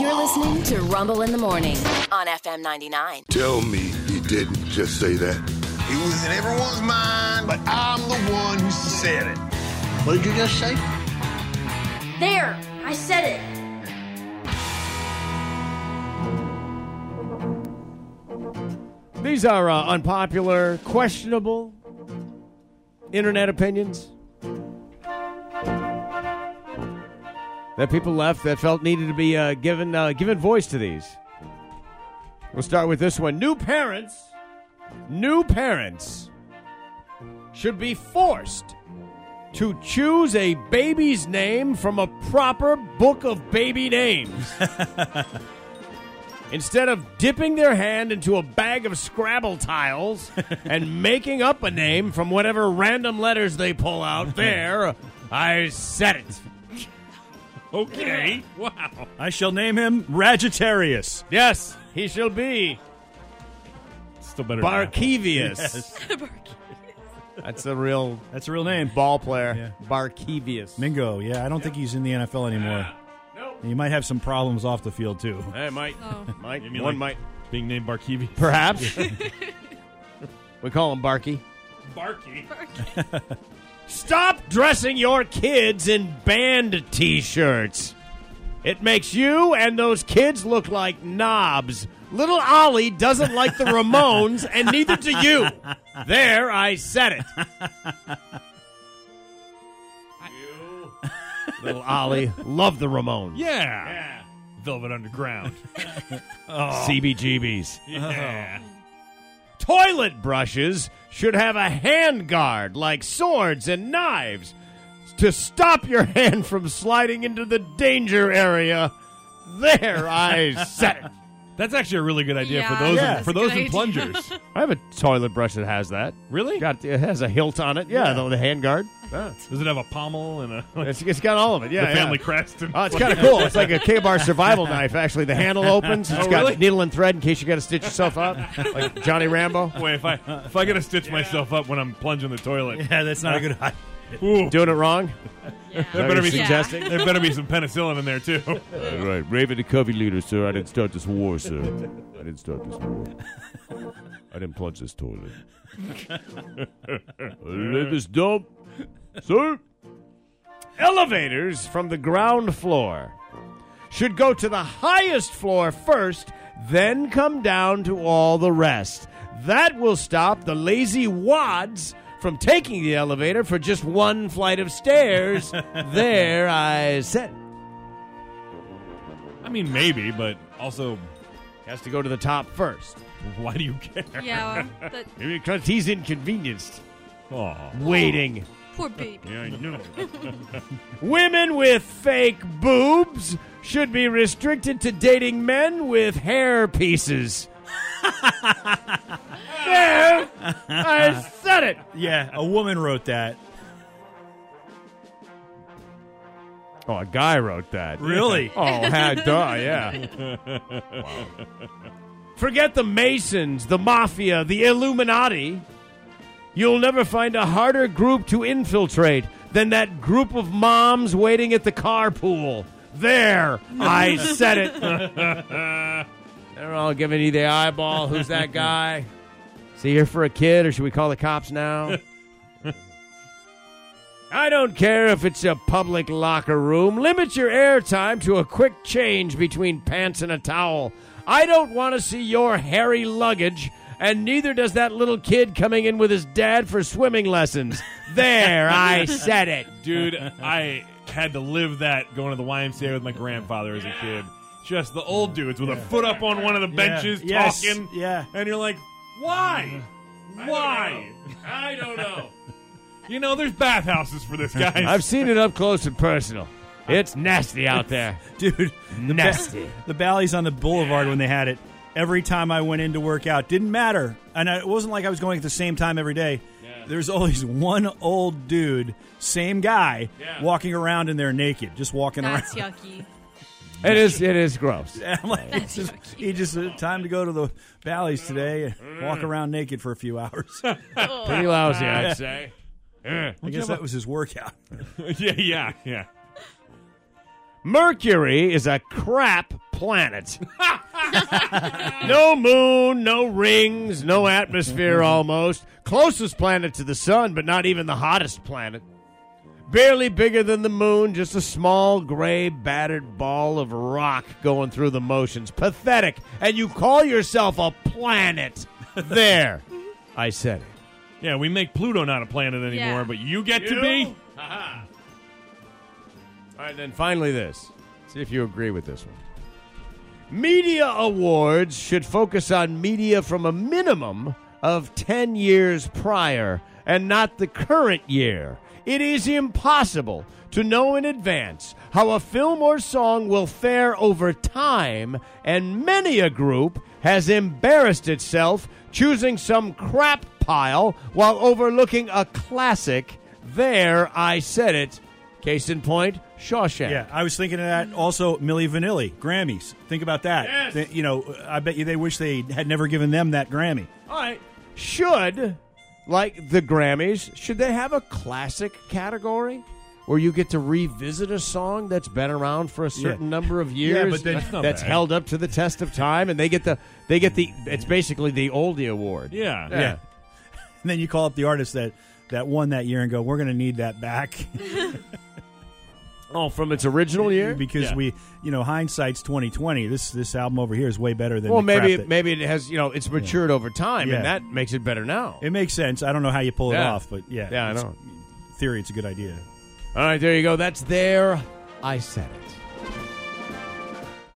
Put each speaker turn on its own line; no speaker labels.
You're listening to Rumble in the Morning on FM 99.
Tell me you didn't just say that.
It was in everyone's mind, but I'm the one who said it.
What did you just say?
There, I said it.
These are uh, unpopular, questionable internet opinions that people left that felt needed to be uh, given uh, given voice to these. We'll start with this one. New parents, new parents should be forced to choose a baby's name from a proper book of baby names instead of dipping their hand into a bag of Scrabble tiles and making up a name from whatever random letters they pull out there, I said it.
Okay. Wow. I shall name him Ragitarius.
Yes, he shall be
Still better. than Apple.
Barkevius.
Yes.
That's a real
That's a real name.
ball player, Barkevius.
Mingo. Yeah, I don't think he's in the NFL anymore.
Nope.
He might have some problems off the field too.
Hey, Mike. Mike.
mean
One
like-
Mike.
Being named Barkevi.
Perhaps. we call him Barky.
Barky.
Stop dressing your kids in band t shirts. It makes you and those kids look like knobs. Little Ollie doesn't like the Ramones, and neither do you. There, I said it. you. Little Ollie, love the Ramones.
Yeah. Velvet Underground.
CBGBs.
yeah.
Toilet brushes should have a hand guard like swords and knives to stop your hand from sliding into the danger area. There, I said it.
That's actually a really good idea
Yeah,
for those
Yeah.
for
a
those
good
in
idea.
plungers.
I have a toilet brush that has that.
really?
Got it has a hilt on it. Yeah, the, the hand guard.
Does it have a pommel and a like,
It's, it's got all of it. Yeah,
the family
yeah.
crest? And,
Oh, it's kind of cool. It's like a K-bar survival knife. Actually, the handle opens. It's
Oh,
got
really?
needle and thread in case you got to stitch yourself up, like Johnny Rambo.
Wait, if I if I gotta stitch myself up when I'm plunging the toilet,
Yeah, that's not a good idea.
ooh,
Doing it wrong.
there better be
Yeah.
suggesting. There better be some penicillin in there too.
All right, Raven the Covey leader, sir. I didn't start this war, sir. I didn't start this war. I didn't plunge this toilet. I did this dump, sir.
elevators from the ground floor should go to the highest floor first, then come down to all the rest. That will stop the lazy wads from taking the elevator for just one flight of stairs. there, I said.
I mean, maybe, but also,
Has to go to the top first.
why do you care?
Yeah, that
Maybe because he's inconvenienced.
Aw.
Waiting.
poor baby.
Yeah, I know.
Women with fake boobs should be restricted to dating men with hair pieces. there, I said it.
Yeah, a woman wrote that.
Oh, a guy wrote that.
Really?
Oh, had duh, yeah. Forget the Masons, the Mafia, the Illuminati. You'll never find a harder group to infiltrate than that group of moms waiting at the carpool. There, I said it. They're all giving you the eyeball. Who's that guy? Is he here for a kid, or should we call the cops now? I don't care if it's a public locker room. Limit your airtime to a quick change between pants and a towel. I don't want to see your hairy luggage, and neither does that little kid coming in with his dad for swimming lessons. There, I said it.
Dude, I had to live that going to the YMCA with my grandfather as a kid. Just the old dudes with a foot up on one of the benches
Yeah. Yes.
talking.
Yeah.
And you're like, why? Why?
I don't know.
You know, there's bathhouses for this, guys.
I've seen it up close and personal. It's nasty out there.
Dude,
Nasty.
the Bally's on the Boulevard when they had it. Every time I went in to work out, didn't matter. And I, it wasn't like I was going at the same time every day. There's always one old dude, same guy, walking around in there naked, just walking
That's
around.
yucky.
It is. It is gross.
And I'm like, it's just, he just uh, time to go to the Bally's today
Mm.
and walk around naked for a few hours. I
Pretty lousy, I'd say.
guess that was his workout.
yeah, yeah, yeah.
Mercury is a crap planet. no moon, no rings, no
Mm-hmm.
atmosphere almost. Closest planet to the sun, but not even the hottest planet. Barely bigger than the moon, just a small, gray, battered ball of rock going through the motions. Pathetic. And you call yourself a planet. There. I said it.
Yeah, we make Pluto not a planet anymore,
Yeah.
but you get to be.
All right, then finally, this. See if you agree with this one. Media awards should focus on media from a minimum of 10 years prior and not the current year. It is impossible to know in advance how a film or song will fare over time, and many a group has embarrassed itself choosing some crap pile while overlooking a classic. There, I said it. Case in point, Shawshank.
Yeah, I was thinking of that. Also, Millie Vanilli, Grammys. Think about that.
Yes.
They- you know, I bet you they wish they had never given them that Grammy.
All right. Should, like the Grammys, should they have a classic category where you get to revisit a song that's been around for a certain number of years?
but then- That's
not
that's
bad.
held up to the test of time, and they get the they get the it's basically the oldie award.
Yeah.
yeah.
And then you call up the artist that that won that year and go, "We're going to need that back
Oh, from its original year.
because
Yeah.
we, you know, hindsight's twenty twenty. This this album over here is way better than
Well,
the crap
maybe
that-
maybe it has you know it's matured over time,
Yeah.
and that makes it better now.
it makes sense. I don't know how you pull it
Yeah.
off, but yeah,
yeah, I
it's-
know.
Theory, it's a good idea.
All right, there you go. That's there. I said it.